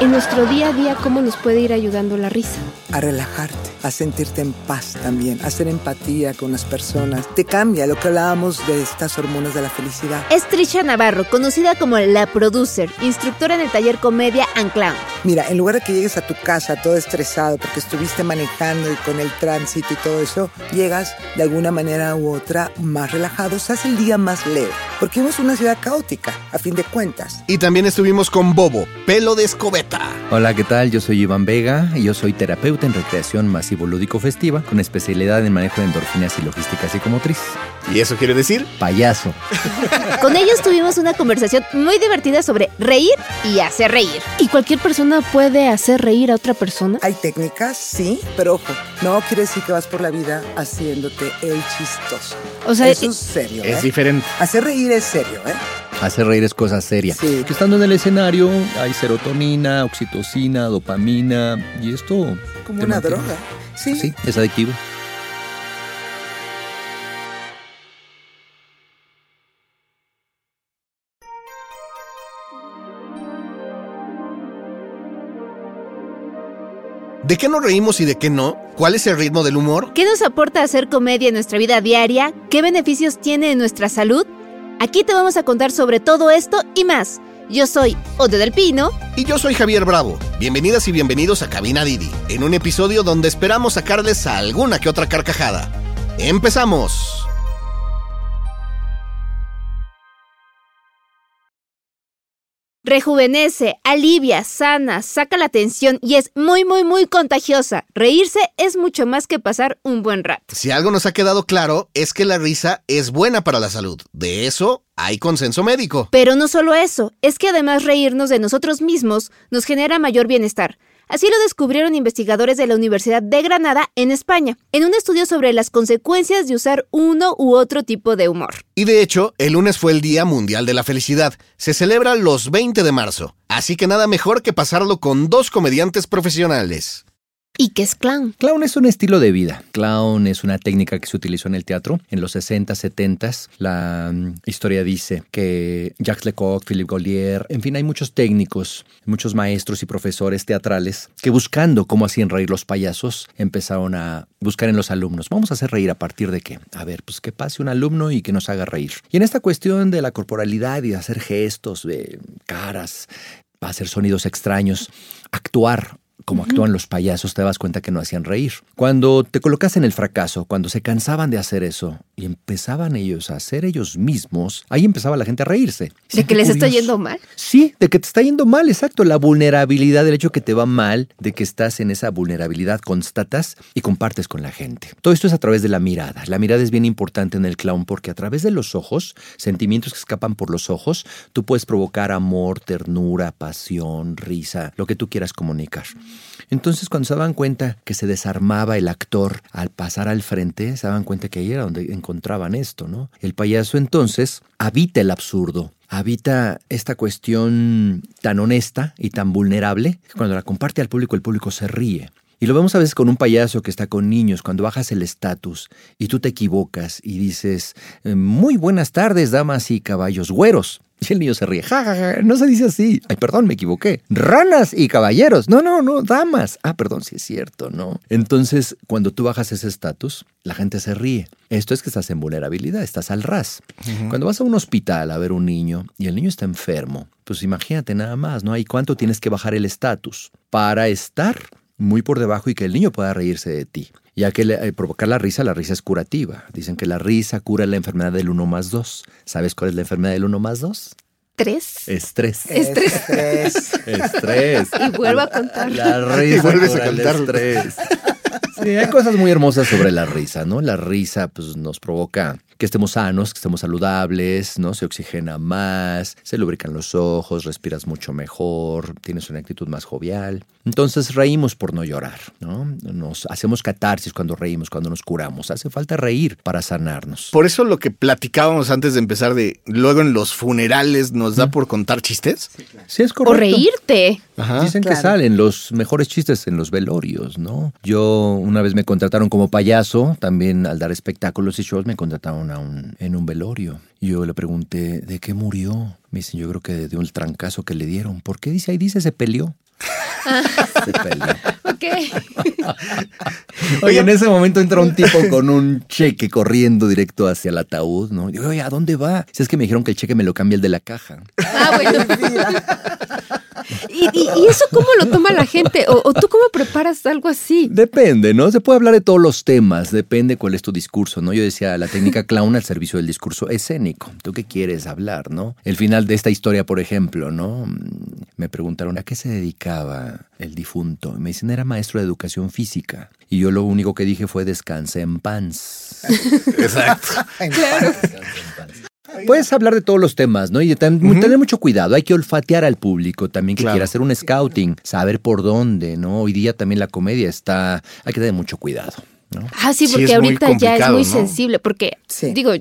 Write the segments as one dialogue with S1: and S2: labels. S1: en nuestro día a día cómo nos puede ir ayudando la risa.
S2: A relajarte, a sentirte en paz también, a hacer empatía con las personas. Te cambia lo que hablábamos de estas hormonas de la felicidad.
S3: Es Trisha Navarro, conocida como la producer, instructora en el taller Comedia and Clown.
S2: Mira, en lugar de que llegues a tu casa todo estresado porque estuviste manejando y con el tránsito y todo eso, llegas de alguna manera u otra más relajado, se hace el día más leve. Porque es una ciudad caótica, a fin de cuentas.
S4: Y también estuvimos con Bobo, pelo de escobeta.
S5: Hola, ¿qué tal? Yo soy Iván Vega y yo soy terapeuta en recreación masivo lúdico festiva con especialidad en manejo de endorfinas y logística psicomotriz.
S4: ¿Y eso quiere decir?
S5: Payaso.
S3: Con ellos tuvimos una conversación muy divertida sobre reír y hacer reír.
S1: ¿Y cualquier persona puede hacer reír a otra persona?
S2: Hay técnicas, sí, pero ojo, no quiere decir que vas por la vida haciéndote el chistoso.
S1: O sea,
S2: eso es serio.
S4: Es
S2: ¿eh?
S4: diferente.
S2: Hacer reír es serio, ¿eh?
S5: Hacer reír es cosa seria.
S2: Sí.
S5: Que estando en el escenario hay serotonina, oxitocina, dopamina y esto...
S2: Como
S5: te
S2: una
S5: mantiene-
S2: droga. Sí.
S5: Sí, es adictivo.
S4: ¿De qué nos reímos y de qué no? ¿Cuál es el ritmo del humor?
S3: ¿Qué nos aporta hacer comedia en nuestra vida diaria? ¿Qué beneficios tiene en nuestra salud? Aquí te vamos a contar sobre todo esto y más. Yo soy Ote del Pino.
S4: Y yo soy Javier Bravo. Bienvenidas y bienvenidos a Cabina Didi, en un episodio donde esperamos sacarles alguna que otra carcajada. ¡Empezamos!
S3: Rejuvenece, alivia, sana, saca la tensión y es muy, muy, muy contagiosa. Reírse es mucho más que pasar un buen rato.
S4: Si algo nos ha quedado claro es que la risa es buena para la salud. De eso hay consenso médico.
S3: Pero no solo eso, es que además reírnos de nosotros mismos nos genera mayor bienestar. Así lo descubrieron investigadores de la Universidad de Granada en España, en un estudio sobre las consecuencias de usar uno u otro tipo de humor.
S4: Y de hecho, el lunes fue el Día Mundial de la Felicidad. Se celebra los 20 de marzo. Así que nada mejor que pasarlo con dos comediantes profesionales.
S1: ¿Y qué es clown?
S5: Clown es un estilo de vida. Clown es una técnica que se utilizó en el teatro en los 60, 70. La mm, historia dice que Jacques Lecoq, Philippe Golier, en fin, hay muchos técnicos, muchos maestros y profesores teatrales que buscando cómo hacían reír los payasos, empezaron a buscar en los alumnos. Vamos a hacer reír a partir de qué? A ver, pues que pase un alumno y que nos haga reír. Y en esta cuestión de la corporalidad y de hacer gestos, de caras, hacer sonidos extraños, actuar como actúan los payasos, te das cuenta que no hacían reír. Cuando te colocas en el fracaso, cuando se cansaban de hacer eso y empezaban ellos a hacer ellos mismos, ahí empezaba la gente a reírse. Sí,
S3: ¿De que
S5: qué
S3: les está
S5: curioso.
S3: yendo mal?
S5: Sí, de que te está yendo mal, exacto. La vulnerabilidad, el hecho que te va mal, de que estás en esa vulnerabilidad, constatas y compartes con la gente. Todo esto es a través de la mirada. La mirada es bien importante en el clown porque a través de los ojos, sentimientos que escapan por los ojos, tú puedes provocar amor, ternura, pasión, risa, lo que tú quieras comunicar. Entonces, cuando se daban cuenta que se desarmaba el actor al pasar al frente, se daban cuenta que ahí era donde encontraban esto, ¿no? El payaso entonces habita el absurdo, habita esta cuestión tan honesta y tan vulnerable que cuando la comparte al público, el público se ríe. Y lo vemos a veces con un payaso que está con niños, cuando bajas el estatus y tú te equivocas y dices, eh, muy buenas tardes, damas y caballos güeros. Y el niño se ríe, ja, ja, ja, no se dice así. Ay, perdón, me equivoqué. Ranas y caballeros. No, no, no, damas. Ah, perdón, sí es cierto, no. Entonces, cuando tú bajas ese estatus, la gente se ríe. Esto es que estás en vulnerabilidad, estás al ras. Cuando vas a un hospital a ver un niño y el niño está enfermo, pues imagínate nada más, ¿no? ¿Y cuánto tienes que bajar el estatus para estar muy por debajo y que el niño pueda reírse de ti? Ya que le- eh, provocar la risa, la risa es curativa. Dicen que la risa cura la enfermedad del 1 más 2. ¿Sabes cuál es la enfermedad del 1 más 2? Eh,
S3: ¿Tres?
S5: Estrés.
S3: Estrés.
S2: Estrés.
S5: Estrés.
S3: Y vuelvo a contar.
S5: La risa.
S4: Y vuelves
S5: cura
S4: a
S5: el
S4: contarlo.
S5: estrés. Sí, hay cosas muy hermosas sobre la risa, ¿no? La risa pues, nos provoca que estemos sanos, que estemos saludables, ¿no? Se oxigena más, se lubrican los ojos, respiras mucho mejor, tienes una actitud más jovial. Entonces reímos por no llorar, ¿no? Nos hacemos catarsis cuando reímos, cuando nos curamos. Hace falta reír para sanarnos.
S4: Por eso lo que platicábamos antes de empezar de luego en los funerales nos da por contar chistes.
S5: Sí, es
S3: O
S5: correcto.
S3: reírte.
S4: Ajá.
S5: Dicen que
S2: claro.
S5: salen los mejores chistes en los velorios, ¿no? Yo una vez me contrataron como payaso, también al dar espectáculos y shows me contrataron a un- en un velorio. Y Yo le pregunté, ¿de qué murió? Me dicen, yo creo que de un trancazo que le dieron. ¿Por qué dice ahí? Dice, se peleó. Se pelean.
S1: Ok.
S5: Oye, en ese momento entra un tipo con un cheque corriendo directo hacia el ataúd, ¿no? Y digo, oye, ¿a dónde va? Si es que me dijeron que el cheque me lo cambia el de la caja.
S1: Ah, bueno.
S3: pues
S1: ¿Y, y- y eso cómo lo toma la gente? ¿O, o tú cómo preparas algo así?
S5: Depende, ¿no? Se puede hablar de todos los temas, depende cuál es tu discurso, ¿no? Yo decía la técnica clown al servicio del discurso escénico. ¿Tú qué quieres hablar, no? El final de esta historia, por ejemplo, ¿no? Mm, Me preguntaron a qué se dedicaba el difunto. Y Me dicen, era maestro de educación física. Y yo lo único que dije fue descanse en paz.
S4: Exacto.
S5: Puedes hablar de todos los temas, ¿no? Y de tam- tener mucho cuidado. Hay que olfatear al público también que
S4: Claro.
S5: quiera hacer un scouting, saber por dónde, ¿no? Hoy día también la comedia está. Hay que tener mucho cuidado, ¿no?
S1: Ah, sí,
S4: Sí,
S1: porque
S4: es muy
S1: ahorita ya es
S4: complicado,
S1: muy
S4: ¿no?
S1: sensible, porque
S2: Sí.
S1: digo,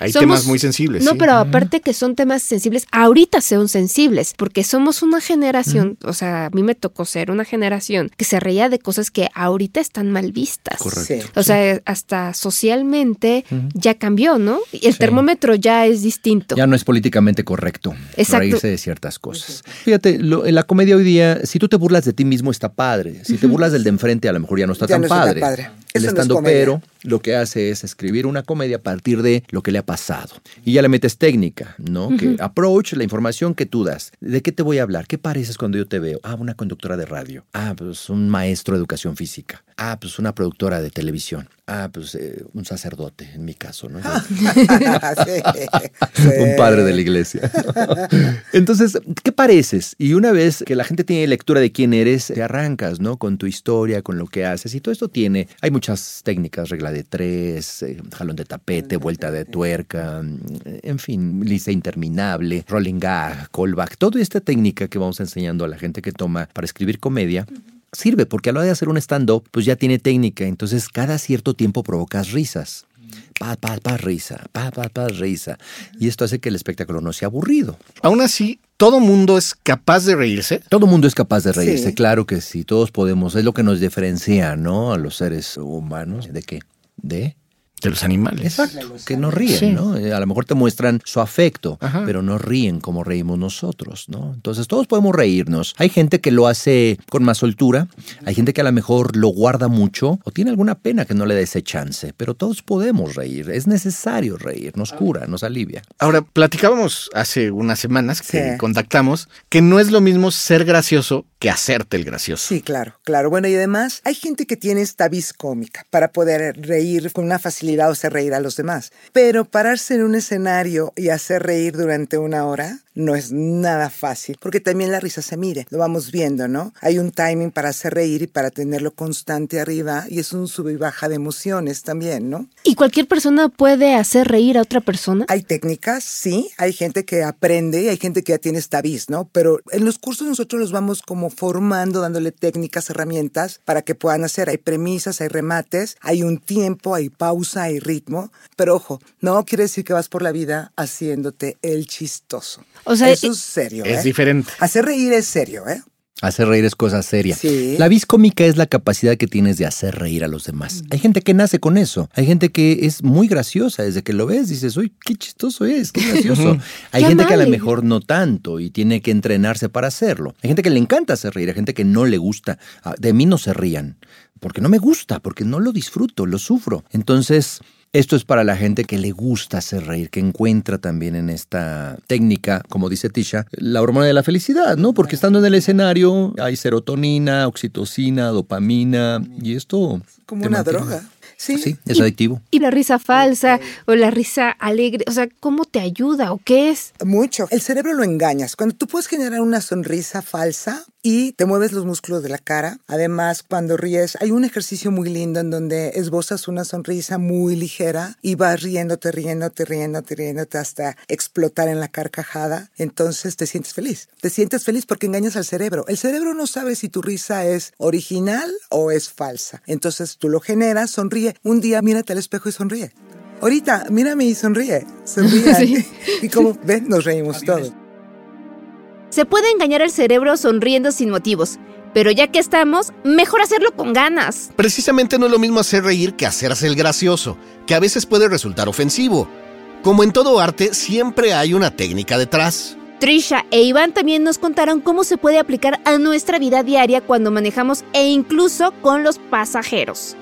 S4: Hay temas muy sensibles,
S1: No,
S4: sí.
S1: pero aparte que son temas sensibles, ahorita son sensibles, porque somos una generación, o sea, a mí me tocó ser una generación que se reía de cosas que ahorita están mal vistas.
S2: Correcto. Sí.
S1: O sea, hasta socialmente ya cambió, ¿no? Y el termómetro ya es distinto.
S5: Ya no es políticamente correcto
S1: Exacto.
S5: reírse de ciertas cosas. Fíjate, lo- en la comedia hoy día, si tú te burlas de ti mismo está padre. Si te burlas del de enfrente, a lo mejor ya no está
S2: Ya
S5: tan
S2: no está
S5: padre.
S2: tan padre.
S5: El
S2: Eso no es
S5: estando
S2: comedia.
S5: pero lo que hace es escribir una comedia a partir de lo que le ha pasado. Y ya le metes técnica, ¿no? Que approach la información que tú das. ¿De qué te voy a hablar? ¿Qué pareces cuando yo te veo? Ah, una conductora de radio. Ah, pues un maestro de educación física. Ah, pues una productora de televisión. Ah, pues eh, un sacerdote, en mi caso, ¿no?
S2: Sí, Ah, sí.
S5: un padre de la iglesia. Entonces, ¿qué pareces? Y una vez que la gente tiene lectura de quién eres, te arrancas, ¿no? Con tu historia, con lo que haces. Y todo esto tiene, hay muchas técnicas, regla de tres, eh, jalón de tapete, vuelta de tuerca, mm, en fin, lista interminable, rolling gag, callback. Toda esta técnica que vamos enseñando a la gente que toma para escribir comedia. Sirve porque a la hora de hacer un stand-up, pues ya tiene técnica. Entonces, cada cierto tiempo provocas risas. Pa, pa, pa, risa, pa, pa, pa, risa. Y esto hace que el espectáculo no sea aburrido.
S4: Aún así, todo mundo es capaz de reírse.
S5: Todo mundo es capaz de reírse,
S2: Sí.
S5: claro que sí, todos podemos, es lo que nos diferencia, ¿no? A los seres humanos. ¿De qué? ¿De?
S4: Pues, De los animales.
S5: Exacto, que no ríen, ¿no? Eh, A lo mejor te muestran su afecto,
S4: Ajá.
S5: pero no ríen como reímos nosotros, ¿no? Entonces todos podemos reírnos. Hay gente que lo hace con más soltura, hay gente que a lo mejor lo guarda mucho o tiene alguna pena que no le dé ese chance, pero todos podemos reír, es necesario reír,
S4: Ah.
S5: nos cura, nos alivia.
S4: Ahora, platicábamos hace unas semanas que
S2: Sí.
S4: contactamos que no es lo mismo ser gracioso que hacerte el gracioso.
S2: Sí, claro, claro. Bueno, y además hay gente que tiene esta vis cómica para poder reír con una facilidad o hacer reír a los demás. Pero pararse en un escenario y hacer reír durante una hora no es nada fácil, porque también la risa se mide, lo vamos viendo, ¿no? Hay un timing para hacer reír y para tenerlo constante arriba y es un sub y baja de emociones también, ¿no?
S1: ¿Y cualquier persona puede hacer reír a otra persona?
S2: Hay técnicas, sí, hay gente que aprende y hay gente que ya tiene esta vis, ¿no? Pero en los cursos nosotros los vamos como formando, dándole técnicas, herramientas para que puedan hacer. Hay premisas, hay remates, hay un tiempo, hay pausa, hay ritmo. Pero ojo, no quiere decir que vas por la vida haciéndote el chistoso.
S1: O sea,
S2: eso
S1: y-
S2: es serio.
S4: Es
S2: ¿eh?
S4: diferente.
S2: Hacer reír es serio, ¿eh?
S5: Hacer reír es cosa seria.
S2: Sí.
S5: La vis cómica es la capacidad que tienes de hacer reír a los
S1: Mm.
S5: demás. Hay gente que nace con eso. Hay gente que es muy graciosa. Desde que lo ves dices, uy, qué chistoso es, qué gracioso. Hay
S1: Qué
S5: gente que a lo
S1: amable.
S5: mejor no tanto y tiene que entrenarse para hacerlo. Hay gente que le encanta hacer reír, hay gente que no le gusta. Ah, De mí no se rían, porque no me gusta, porque no lo disfruto, lo sufro. Entonces... Esto es para la gente que le gusta hacer reír, que encuentra también en esta técnica, como dice Tisha, la hormona de la felicidad, ¿no? Porque estando en el escenario hay serotonina, oxitocina, dopamina, y esto...
S2: Como
S5: te
S2: una
S5: mantiene- Pues
S2: droga. Sí.
S5: Sí, es adictivo.
S1: Y la risa falsa o la risa alegre, o sea, ¿cómo te ayuda o qué es?
S2: Mucho. El cerebro lo engañas. Cuando tú puedes generar una sonrisa falsa y te mueves los músculos de la cara. Además, cuando ríes, hay un ejercicio muy lindo en donde esbozas una sonrisa muy ligera y vas riéndote, riéndote, riéndote, riéndote hasta explotar en la carcajada. Entonces te sientes feliz. Te sientes feliz porque engañas al cerebro. El cerebro no sabe si tu risa es original o es falsa. Entonces tú lo generas, sonríe. Un día mírate al espejo y sonríe. Ahorita, mírame y sonríe. Sonríe. Y como ven, nos reímos todos.
S3: Se puede engañar al cerebro sonriendo sin motivos, pero ya que estamos, mejor hacerlo con ganas.
S4: Precisamente no es lo mismo hacer reír que hacerse el gracioso, que a veces puede resultar ofensivo. Como en todo arte, siempre hay una técnica detrás.
S3: Trisha e Iván también nos contaron cómo se puede aplicar a nuestra vida diaria cuando manejamos e incluso con los pasajeros.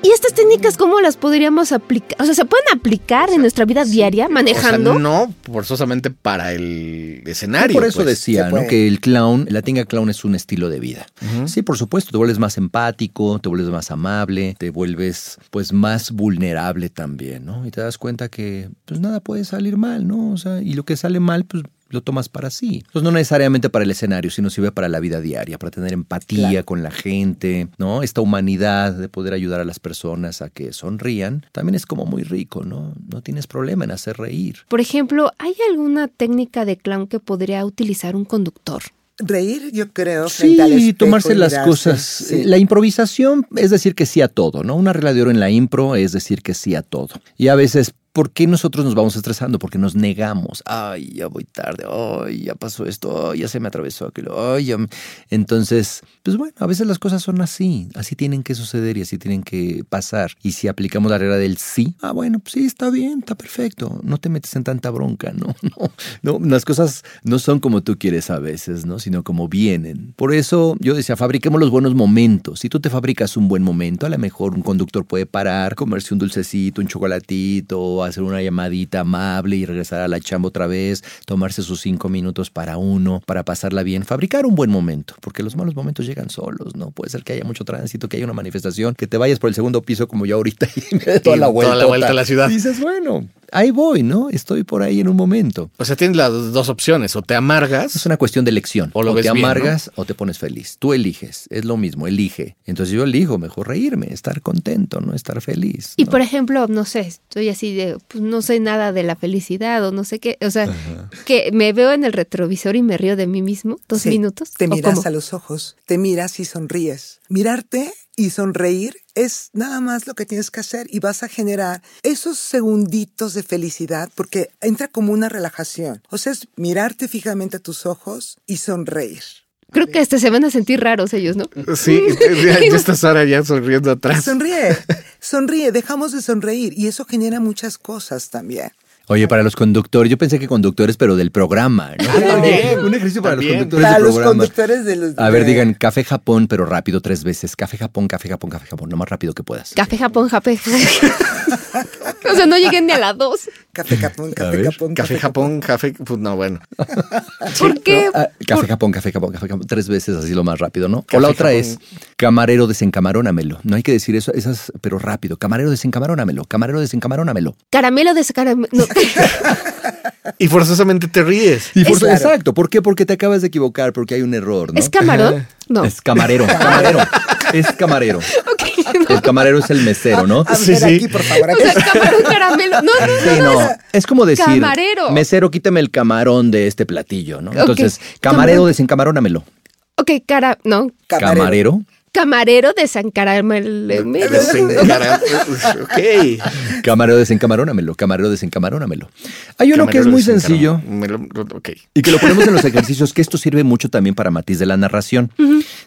S1: ¿Y estas técnicas
S6: Mm.
S1: cómo las podríamos aplicar? O sea, ¿se pueden aplicar en nuestra vida diaria manejando?
S6: O sea, no forzosamente para el escenario.
S5: Por eso
S6: pues.
S5: decía,
S2: se
S5: ¿no?
S2: puede.
S5: Que el clown, la tinga clown es un estilo de vida. Sí, por supuesto, te vuelves más empático, te vuelves más amable, te vuelves pues más vulnerable también, ¿no? Y te das cuenta que pues nada puede salir mal, ¿no? O sea, y lo que sale mal, pues lo tomas para sí. Entonces no necesariamente para el escenario, sino sirve para la vida diaria, para tener empatía con la gente, ¿no? Esta humanidad de poder ayudar a las personas a que sonrían, también es como muy rico, ¿no? No tienes problema en hacer reír.
S1: Por ejemplo, ¿hay alguna técnica de clown que podría utilizar un conductor?
S2: Reír, yo creo. frente al
S5: Sí,
S2: espejo
S5: tomarse
S2: y
S5: las
S2: mirarse.
S5: cosas.
S2: Sí.
S5: Eh, La improvisación es decir que sí a todo, ¿no? Una regla de oro en la impro es decir que sí a todo. Y a veces, ¿por qué nosotros nos vamos estresando? Porque nos negamos. Ay, ya voy tarde. Ay, ya pasó esto. Ay, ya se me atravesó aquello. Ay, ya me-". Entonces, pues bueno, a veces las cosas son así. Así tienen que suceder y así tienen que pasar. Y si aplicamos la regla del sí, ah, bueno, pues sí, está bien, está perfecto. No te metes en tanta bronca, ¿no? No, no, las cosas no son como tú quieres a veces, ¿no? Sino como vienen. Por eso yo decía, fabriquemos los buenos momentos. Si tú te fabricas un buen momento, a lo mejor un conductor puede parar, comerse un dulcecito, un chocolatito, hacer una llamadita amable y regresar a la chamba otra vez, tomarse sus cinco minutos para uno, para pasarla bien, fabricar un buen momento, porque los malos momentos llegan solos, ¿no? Puede ser que haya mucho tránsito, que haya una manifestación, que te vayas por el segundo piso como yo ahorita y me dé toda
S6: Y
S5: la
S6: toda
S5: vuelta.
S6: la vuelta a la ciudad.
S5: Dices, bueno, ahí voy, ¿no? Estoy por ahí en un momento.
S6: O sea, tienes las dos opciones. O te
S5: Es
S6: amargas.
S5: una cuestión de elección.
S6: O lo ves
S5: te
S6: bien,
S5: amargas o te pones feliz. Tú eliges. Es lo mismo, elige. Entonces yo elijo mejor reírme, estar contento, no estar feliz.
S1: Y
S5: ¿no?
S1: por ejemplo, no sé, estoy así de, pues no sé nada de la felicidad o no sé qué, o sea, que me veo en el retrovisor y me río de mí mismo dos
S2: Sí,
S1: minutos.
S2: Te
S1: ¿o
S2: miras
S1: cómo?
S2: a los ojos, te miras y sonríes. Mirarte y sonreír es nada más lo que tienes que hacer y vas a generar esos segunditos de felicidad porque entra como una relajación. O sea, es mirarte fijamente a tus ojos y sonreír.
S1: Creo que hasta se van a sentir raros ellos, ¿no?
S6: Sí, ya, ya estás ahora ya sonriendo atrás.
S2: Sonríe, sonríe, dejamos de sonreír y eso genera muchas cosas también.
S5: Oye, para los conductores, yo pensé que conductores, pero del programa. ¿no?
S6: Ah, también.
S5: un ejercicio para
S6: También.
S5: los conductores
S2: Para
S5: del
S2: los
S5: programa.
S2: conductores de los...
S5: A ver,
S2: de-
S5: digan café Japón, pero rápido tres veces. Café Japón, café Japón, café Japón, lo más rápido que puedas.
S1: Café Japón, Japón. o sea, no lleguen ni a la dos.
S2: Café capón, café
S5: ver,
S2: capón,
S6: Café Japón, café. Pues no, bueno.
S1: ¿Por qué?
S5: Ah, café Japón, café Japón, café Japón, tres veces así lo más rápido, ¿no? o
S6: Café
S5: la otra
S6: Japón.
S5: es camarero desencamarónamelo. No hay que decir eso, esas, pero rápido. Camarero desencamarónamelo, camarero desencamarónamelo.
S1: Caramelo de caramelo. No.
S6: Y forzosamente te ríes.
S5: Y forza- Exacto. ¿Por qué? Porque te acabas de equivocar, porque hay un error, ¿no?
S1: ¿Es camarón? No.
S5: Es camarero, camarero. Es camarero. El camarero es el mesero, ¿no?
S1: Ah,
S2: A ver,
S6: Sí, sí.
S2: aquí, por favor,
S1: O
S2: aquí.
S1: sea, camarón, caramelo. No, no,
S5: Sí, no. Es como decir,
S1: Camarero.
S5: mesero, quítame el camarón de este platillo, ¿no? Entonces,
S1: Ok.
S5: camarero,
S1: Camarón.
S5: desencamarónamelo.
S1: Ok, cara, no.
S2: Camarero.
S5: Camarero,
S1: Camarero de San Caramelo.
S6: Cara- ok.
S5: camarero, desencamarónamelo, camarero, desencamarónamelo. Hay uno que es
S6: Camarero
S5: muy
S6: desencarnado.
S5: sencillo.
S6: Me lo- ok.
S5: Y que lo ponemos en los ejercicios, que esto sirve mucho también para matiz de la narración.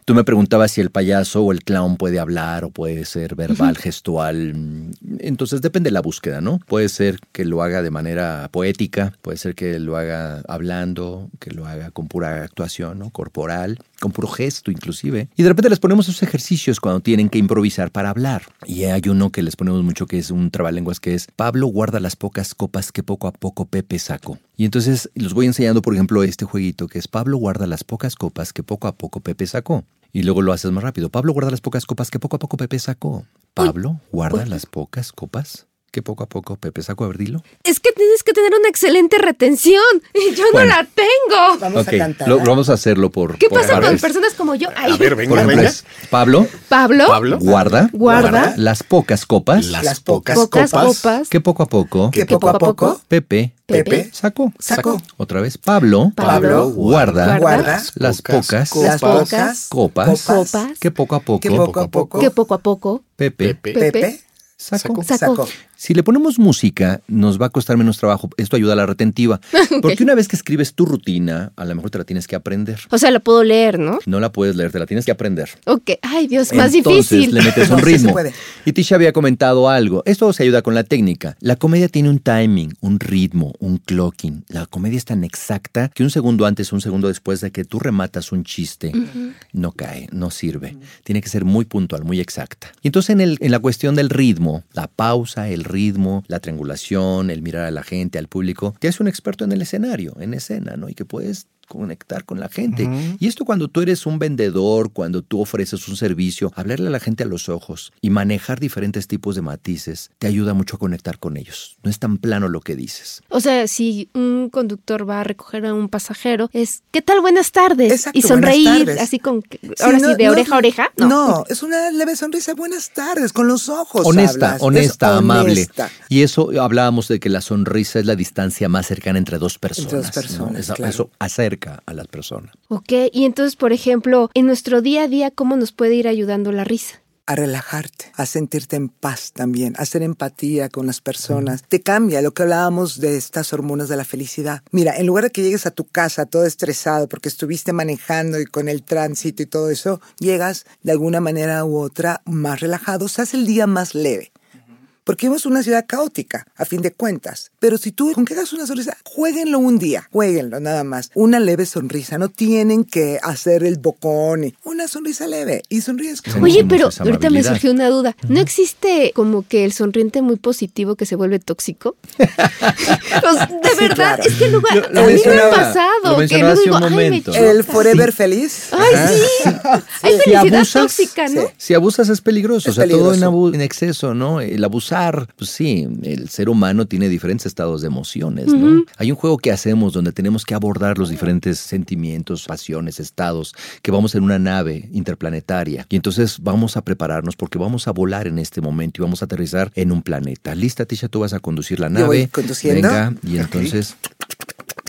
S5: Tú me preguntabas si el payaso o el clown puede hablar o puede ser verbal, gestual. mm, Entonces depende de la búsqueda, ¿no? Puede ser que lo haga de manera poética, puede ser que lo haga hablando, que lo haga con pura actuación, ¿no? Corporal, con puro gesto inclusive. Y de repente les ponemos esos ejercicios cuando tienen que improvisar para hablar. Y hay uno que les ponemos mucho que es un trabalenguas que es Pablo guarda las pocas copas que poco a poco Pepe sacó. Y entonces los voy enseñando, por ejemplo, este jueguito que es Pablo guarda las pocas copas que poco a poco Pepe sacó. Y luego lo haces más rápido. Pablo guarda las pocas copas que poco a poco Pepe sacó. Pablo guarda las pocas copas que poco a poco Pepe sacó. A ver, dilo.
S1: Es que tienes que tener una excelente retención. Y yo
S5: Bueno.
S1: no la tengo.
S2: Vamos
S5: Ok,
S2: a cantar. ¿eh?
S5: lo, vamos a hacerlo por.
S1: ¿Qué
S5: por
S1: pasa con
S5: partes.
S1: personas como yo? Ay,
S6: A ver,
S5: Por
S6: venga,
S5: ejemplo,
S6: venga.
S5: es Pablo
S1: Pablo,
S6: Pablo.
S5: guarda,
S1: Guarda.
S5: las pocas copas
S2: Las pocas
S1: pocas copas,
S5: que poco a poco
S2: que poco a poco
S5: Pepe
S2: Pepe
S5: ¿Eh? sacó.
S2: Sacó.
S5: Otra vez, Pablo,
S1: Pablo,
S5: guarda,
S2: guarda
S5: las pocas,
S6: copas,
S2: las pocas
S5: copas,
S1: copas,
S5: que poco a poco,
S2: que poco a poco
S1: que poco a poco
S5: Pepe,
S6: Pepe.
S2: Pepe
S5: sacó.
S1: sacó.
S2: sacó.
S5: Si le ponemos música, nos va a costar menos trabajo. Esto ayuda a la retentiva. Porque una vez que escribes tu rutina, a lo mejor te la tienes que aprender.
S1: O sea, lo puedo leer, ¿no?
S5: No la puedes leer, te la tienes que aprender.
S1: Ok. Ay, Dios, más
S5: Entonces,
S1: difícil.
S5: le metes
S2: No,
S5: un
S2: sí se
S5: ritmo.
S2: puede.
S5: y Tisha había comentado algo. Esto se ayuda con la técnica. La comedia tiene un timing, un ritmo, un clocking. La comedia es tan exacta que un segundo antes, un segundo después de que tú rematas un chiste, no cae, no sirve. Tiene que ser muy puntual, muy exacta. Y entonces en, el- en la cuestión del ritmo, la pausa, el ritmo, la triangulación, el mirar a la gente, al público, te hace un experto en el escenario, en escena, ¿no? Y que puedes conectar con la gente. Y esto cuando tú eres un vendedor, cuando tú ofreces un servicio, hablarle a la gente a los ojos y manejar diferentes tipos de matices te ayuda mucho a conectar con ellos. No es tan plano lo que dices.
S1: O sea, si un conductor va a recoger a un pasajero, es ¿qué tal? Buenas tardes.
S2: Exacto,
S1: y sonreír
S2: buenas tardes.
S1: así con ahora
S2: no-
S1: sí de
S2: no-
S1: oreja a oreja. No.
S2: No. es una leve sonrisa. Buenas tardes, con los ojos.
S5: honesta,
S2: hablas, es
S5: honesta, amable.
S2: honesta.
S5: Y eso hablábamos de que la sonrisa es la distancia más cercana entre dos personas.
S2: dos
S5: ¿no?
S2: personas,
S5: Eso-
S2: claro.
S5: eso acerca a las personas.
S1: Ok, y entonces, por ejemplo, en nuestro día a día, ¿cómo nos puede ir ayudando la risa?
S2: a relajarte, a sentirte en paz también, a hacer empatía con las personas. Te cambia lo que hablábamos de estas hormonas de la felicidad. Mira, en lugar de que llegues a tu casa todo estresado porque estuviste manejando y con el tránsito y todo eso, llegas de alguna manera u otra más relajado, se hace el día más leve. Porque es una ciudad caótica, a fin de cuentas. Pero si tú, con que hagas una sonrisa, jueguenlo un día, jueguenlo nada más. Una leve sonrisa, no tienen que hacer el bocón. y- Una sonrisa leve y sonríes.
S5: Sí.
S1: Oye,
S5: Tenemos
S1: pero
S5: esa
S1: ahorita me
S5: amabilidad.
S1: surgió una duda. ¿No existe como que el sonriente muy positivo que se vuelve tóxico? Pues, de
S2: Sí,
S1: verdad,
S2: claro.
S1: es que luego
S5: Lo- lo
S1: a mí me ha
S5: mencionaba, lo
S1: pasado que
S5: mencionaba
S1: luego
S5: hace
S1: digo,
S5: un
S1: ay, me
S5: momento". Ah,
S1: choca.
S2: El Forever Feliz.
S1: Ay, sí. Hay
S5: Si
S1: felicidad
S5: abusas,
S1: tóxica, ¿no?
S2: sí.
S5: Si abusas es peligroso,
S2: Es
S5: o sea, todo en,
S2: peligroso.
S5: abu- en exceso, ¿no? El abusar, pues sí, el ser humano tiene diferentes estados de emociones, ¿no? Hay un juego que hacemos donde tenemos que abordar los diferentes sentimientos, pasiones, estados, que vamos en una nave interplanetaria y entonces vamos a prepararnos porque vamos a volar en este momento y vamos a aterrizar en un planeta. Lista, Tisha, tú vas a conducir la
S2: Yo
S5: nave.
S2: voy conduciendo.
S5: Venga, y entonces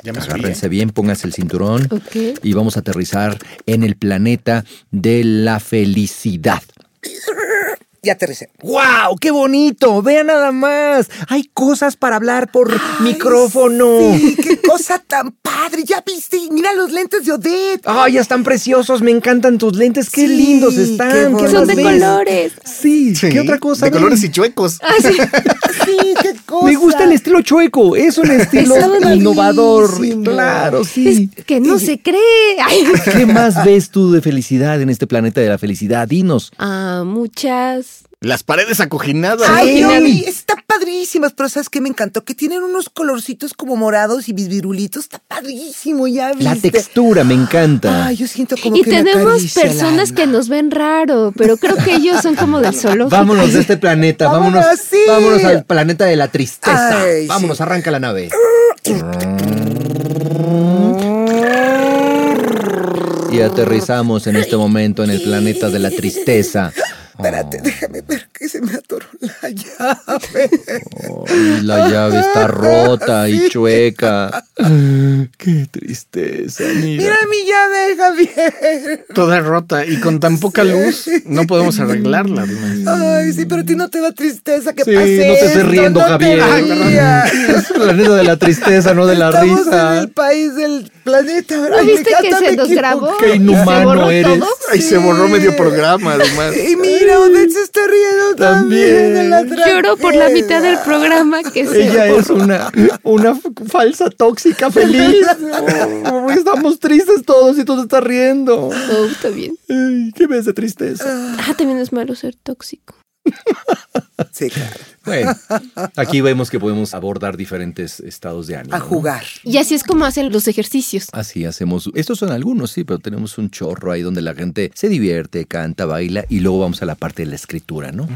S6: Ya me subí.
S5: agárrense bien, pónganse el cinturón
S1: Ok.
S5: y vamos a aterrizar en el planeta de la felicidad.
S2: Ya aterricé.
S5: ¡Wow! ¡Qué bonito! Vean nada más. Hay cosas para hablar por micrófono.
S2: Sí, qué cosa tan padre. Ya viste, Y mira los lentes de Odette.
S5: ¡Ay, están preciosos! Me encantan tus lentes. ¡Qué
S2: Sí,
S5: lindos
S2: qué
S5: están!
S2: bonito.
S5: más
S1: Son de
S5: ves?
S1: colores.
S5: Sí,
S6: Sí,
S5: ¿qué otra cosa?
S6: De
S5: ven?
S6: colores y chuecos.
S2: Sí, qué cosa.
S5: Me gusta el estilo chueco. Es un estilo
S2: Está
S5: innovador.
S2: padrísimo.
S5: Claro, sí.
S1: Es que no se cree. Ay.
S5: ¿Qué más ves tú de felicidad en este planeta de la felicidad? Dinos.
S1: Ah, muchas.
S6: Las paredes acoginadas.
S2: Ay,
S1: Sí.
S2: Oli, está padrísimas, pero ¿sabes qué me encantó? Que tienen unos colorcitos como morados y bisbirulitos. Está padrísimo, ya viste.
S5: La textura me encanta.
S2: Ay, yo siento como
S1: Y
S2: que me
S1: tenemos
S2: acaricia el
S1: personas
S2: alma.
S1: que nos ven raro, pero creo que ellos son como del zoológico.
S5: Vámonos de este planeta, vámonos,
S2: Vámonos, sí.
S5: vámonos al planeta de la tristeza.
S2: Ay, sí.
S5: vámonos, arranca la nave. Y aterrizamos en este momento en el planeta de la tristeza.
S2: Espérate, déjame ver que se me atoró la llave.
S5: Oh, y la llave está rota y chueca. Qué tristeza,
S2: Mira mi llave, Javier.
S6: Toda rota y con tan poca luz no podemos arreglarla. además.
S2: Ay, sí, pero a ti no te da tristeza que
S5: Sí,
S2: pase
S5: no te estés
S2: esto,
S5: riendo,
S2: no te
S5: Javier.
S2: rías.
S5: Es el planeta de la tristeza, no de la
S2: Estamos
S5: risa.
S2: en el país del planeta. ¿verdad?
S1: ¿No
S2: Ay,
S1: viste
S2: ya
S1: que
S2: hasta
S1: se
S2: me
S1: nos grabó?
S5: Qué
S1: ¿Se
S5: inhumano
S1: borró
S5: eres.
S1: todo?
S6: Ay, se borró medio programa, además.
S2: Y mira, Odette se está riendo también.
S5: También.
S2: de la
S1: Lloro por la mitad del programa que se
S5: Ella
S1: borró.
S5: es una, una f- falsa tóxica feliz. Oh, estamos tristes todos y tú te estás riendo.
S1: Oh, está bien.
S5: Ay, ¿Qué ves de tristeza?
S1: Ah, también es malo ser tóxico.
S2: Sí, claro.
S5: Bueno, aquí vemos que podemos abordar diferentes estados de ánimo.
S2: A
S5: ¿no?
S2: jugar.
S1: Y así es como hacen los ejercicios.
S5: Así hacemos. Estos son algunos, sí, pero tenemos un chorro ahí donde la gente se divierte, canta, baila y luego vamos a la parte de la escritura, ¿no?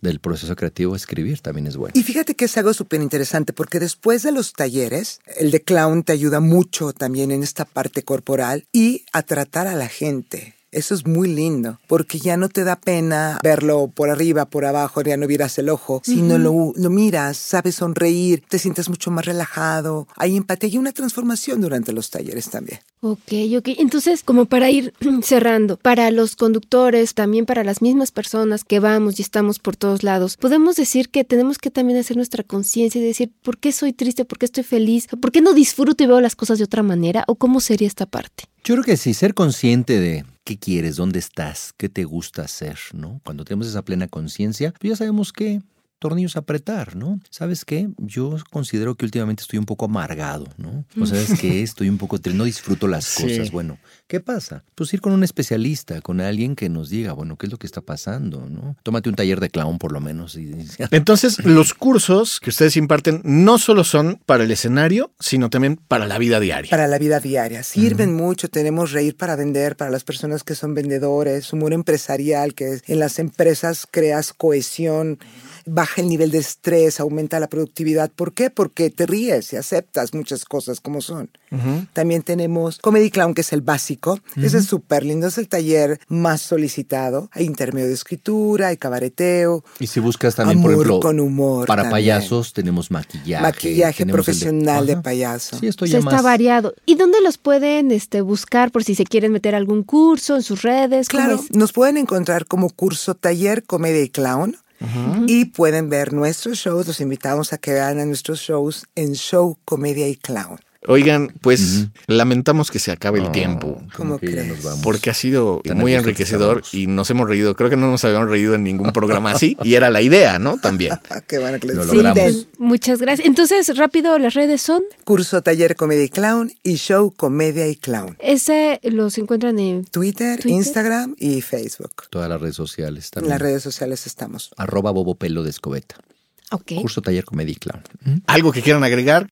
S5: Del proceso creativo, escribir también es bueno.
S2: Y fíjate que es algo súper interesante porque después de los talleres, el de clown te ayuda mucho también en esta parte corporal y a tratar a la gente. Eso es muy lindo, porque ya no te da pena verlo por arriba, por abajo, ya no miras el ojo, sino lo, lo miras, sabes sonreír, te sientes mucho más relajado. Hay empatía y una transformación durante los talleres también.
S1: Ok, ok. Entonces, como para ir cerrando, para los conductores, también para las mismas personas que vamos y estamos por todos lados, podemos decir que tenemos que también hacer nuestra conciencia y decir, ¿por qué soy triste? ¿Por qué estoy feliz? ¿Por qué no disfruto y veo las cosas de otra manera? ¿O cómo sería esta parte?
S5: Yo creo que sí, ser consciente de qué quieres, dónde estás, qué te gusta hacer, ¿no? Cuando tenemos esa plena conciencia, pues ya sabemos qué tornillos apretar, ¿no? ¿Sabes qué? Yo considero que últimamente estoy un poco amargado, ¿no? O sabes que estoy un poco triste, no disfruto las
S6: Sí.
S5: cosas. Bueno, ¿qué pasa? Pues ir con un especialista, con alguien que nos diga, bueno, ¿qué es lo que está pasando, no? Tómate un taller de clown por lo menos y, y-
S6: Entonces, los cursos que ustedes imparten no solo son para el escenario, sino también para la vida diaria.
S2: Para la vida diaria. Sirven mucho. Tenemos reír para vender, para las personas que son vendedores, humor empresarial, que en las empresas creas cohesión, baja el nivel de estrés, aumenta la productividad. ¿Por qué? Porque te ríes y aceptas muchas cosas como son. También tenemos Comedy Clown, que es el básico. Ese es súper lindo. Es el taller más solicitado. Hay intermedio de escritura, hay cabareteo.
S5: y si buscas también, por
S2: Amor
S5: ejemplo,
S2: con humor
S5: para
S2: también.
S5: payasos tenemos maquillaje.
S2: Maquillaje
S5: tenemos el
S2: profesional de
S5: Ajá.
S2: payaso.
S5: Sí, esto
S1: O
S5: ya
S1: sea, está
S5: más-
S1: variado. ¿Y dónde los pueden este, buscar por si se quieren meter a algún curso en sus redes? ¿Cómo
S2: Claro,
S1: es?
S2: nos pueden encontrar como curso taller comedia y clown. Y pueden ver nuestros shows, los invitamos a que vean a nuestros shows en Show Comedia y Clown.
S6: Oigan, pues lamentamos que se acabe el tiempo.
S2: ¿Cómo
S5: Como que ya
S2: crees?
S5: nos vamos.
S6: Porque ha sido
S5: Tan
S6: muy
S5: a gusto que
S6: enriquecedor
S5: estamos.
S6: y nos hemos reído. Creo que no nos habíamos reído en ningún programa así. Y era la idea, ¿no? También.
S2: Ah, qué bueno que les
S5: Lo
S2: Sí,
S5: logramos.
S2: del
S1: Muchas gracias. Entonces, rápido, las redes son.
S2: Curso taller comedia y clown y Show Comedia y Clown.
S1: Ese los encuentran en
S2: Twitter,
S1: Twitter.
S2: Instagram y Facebook.
S5: Todas las redes sociales
S2: En
S5: también.
S2: las redes sociales estamos.
S5: Arroba Bobo Pelo de Escobeta.
S1: Ok.
S5: Curso Taller Comedia y Clown.
S6: Algo que quieran agregar.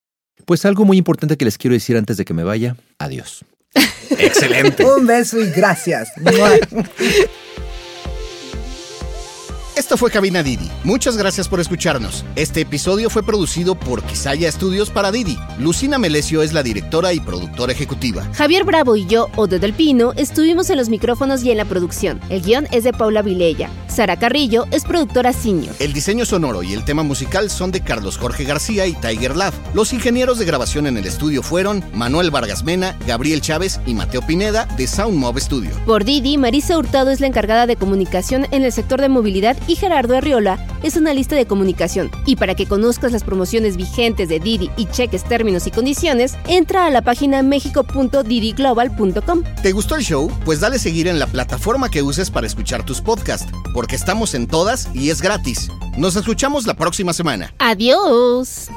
S5: Pues algo muy importante que les quiero decir antes de que me vaya. Adiós.
S6: Excelente.
S2: Un beso y gracias. Mua.
S4: Esto fue Cabina Didi. Muchas gracias por escucharnos. Este episodio fue producido por Quisaya Estudios para Didi. Lucina Melesio es la directora y productora ejecutiva.
S3: Javier Bravo y yo, Odo del Pino, estuvimos en los micrófonos y en la producción. El guión es de Paula Vilella. Sara Carrillo es productora senior.
S4: El diseño sonoro y el tema musical son de Carlos Jorge García y Tiger Lab. Los ingenieros de grabación en el estudio fueron Manuel Vargas Mena, Gabriel Chávez y Mateo Pineda de SoundMob Studio.
S3: Por Didi, Marisa Hurtado es la encargada de comunicación en el sector de movilidad y Gerardo Arriola es analista de comunicación. Y para que conozcas las promociones vigentes de Didi y cheques términos y condiciones, entra a la página mexico.didiglobal.com.
S4: ¿Te gustó el show? Pues dale seguir en la plataforma que uses para escuchar tus podcasts, porque estamos en todas y es gratis. Nos escuchamos la próxima semana.
S3: ¡Adiós!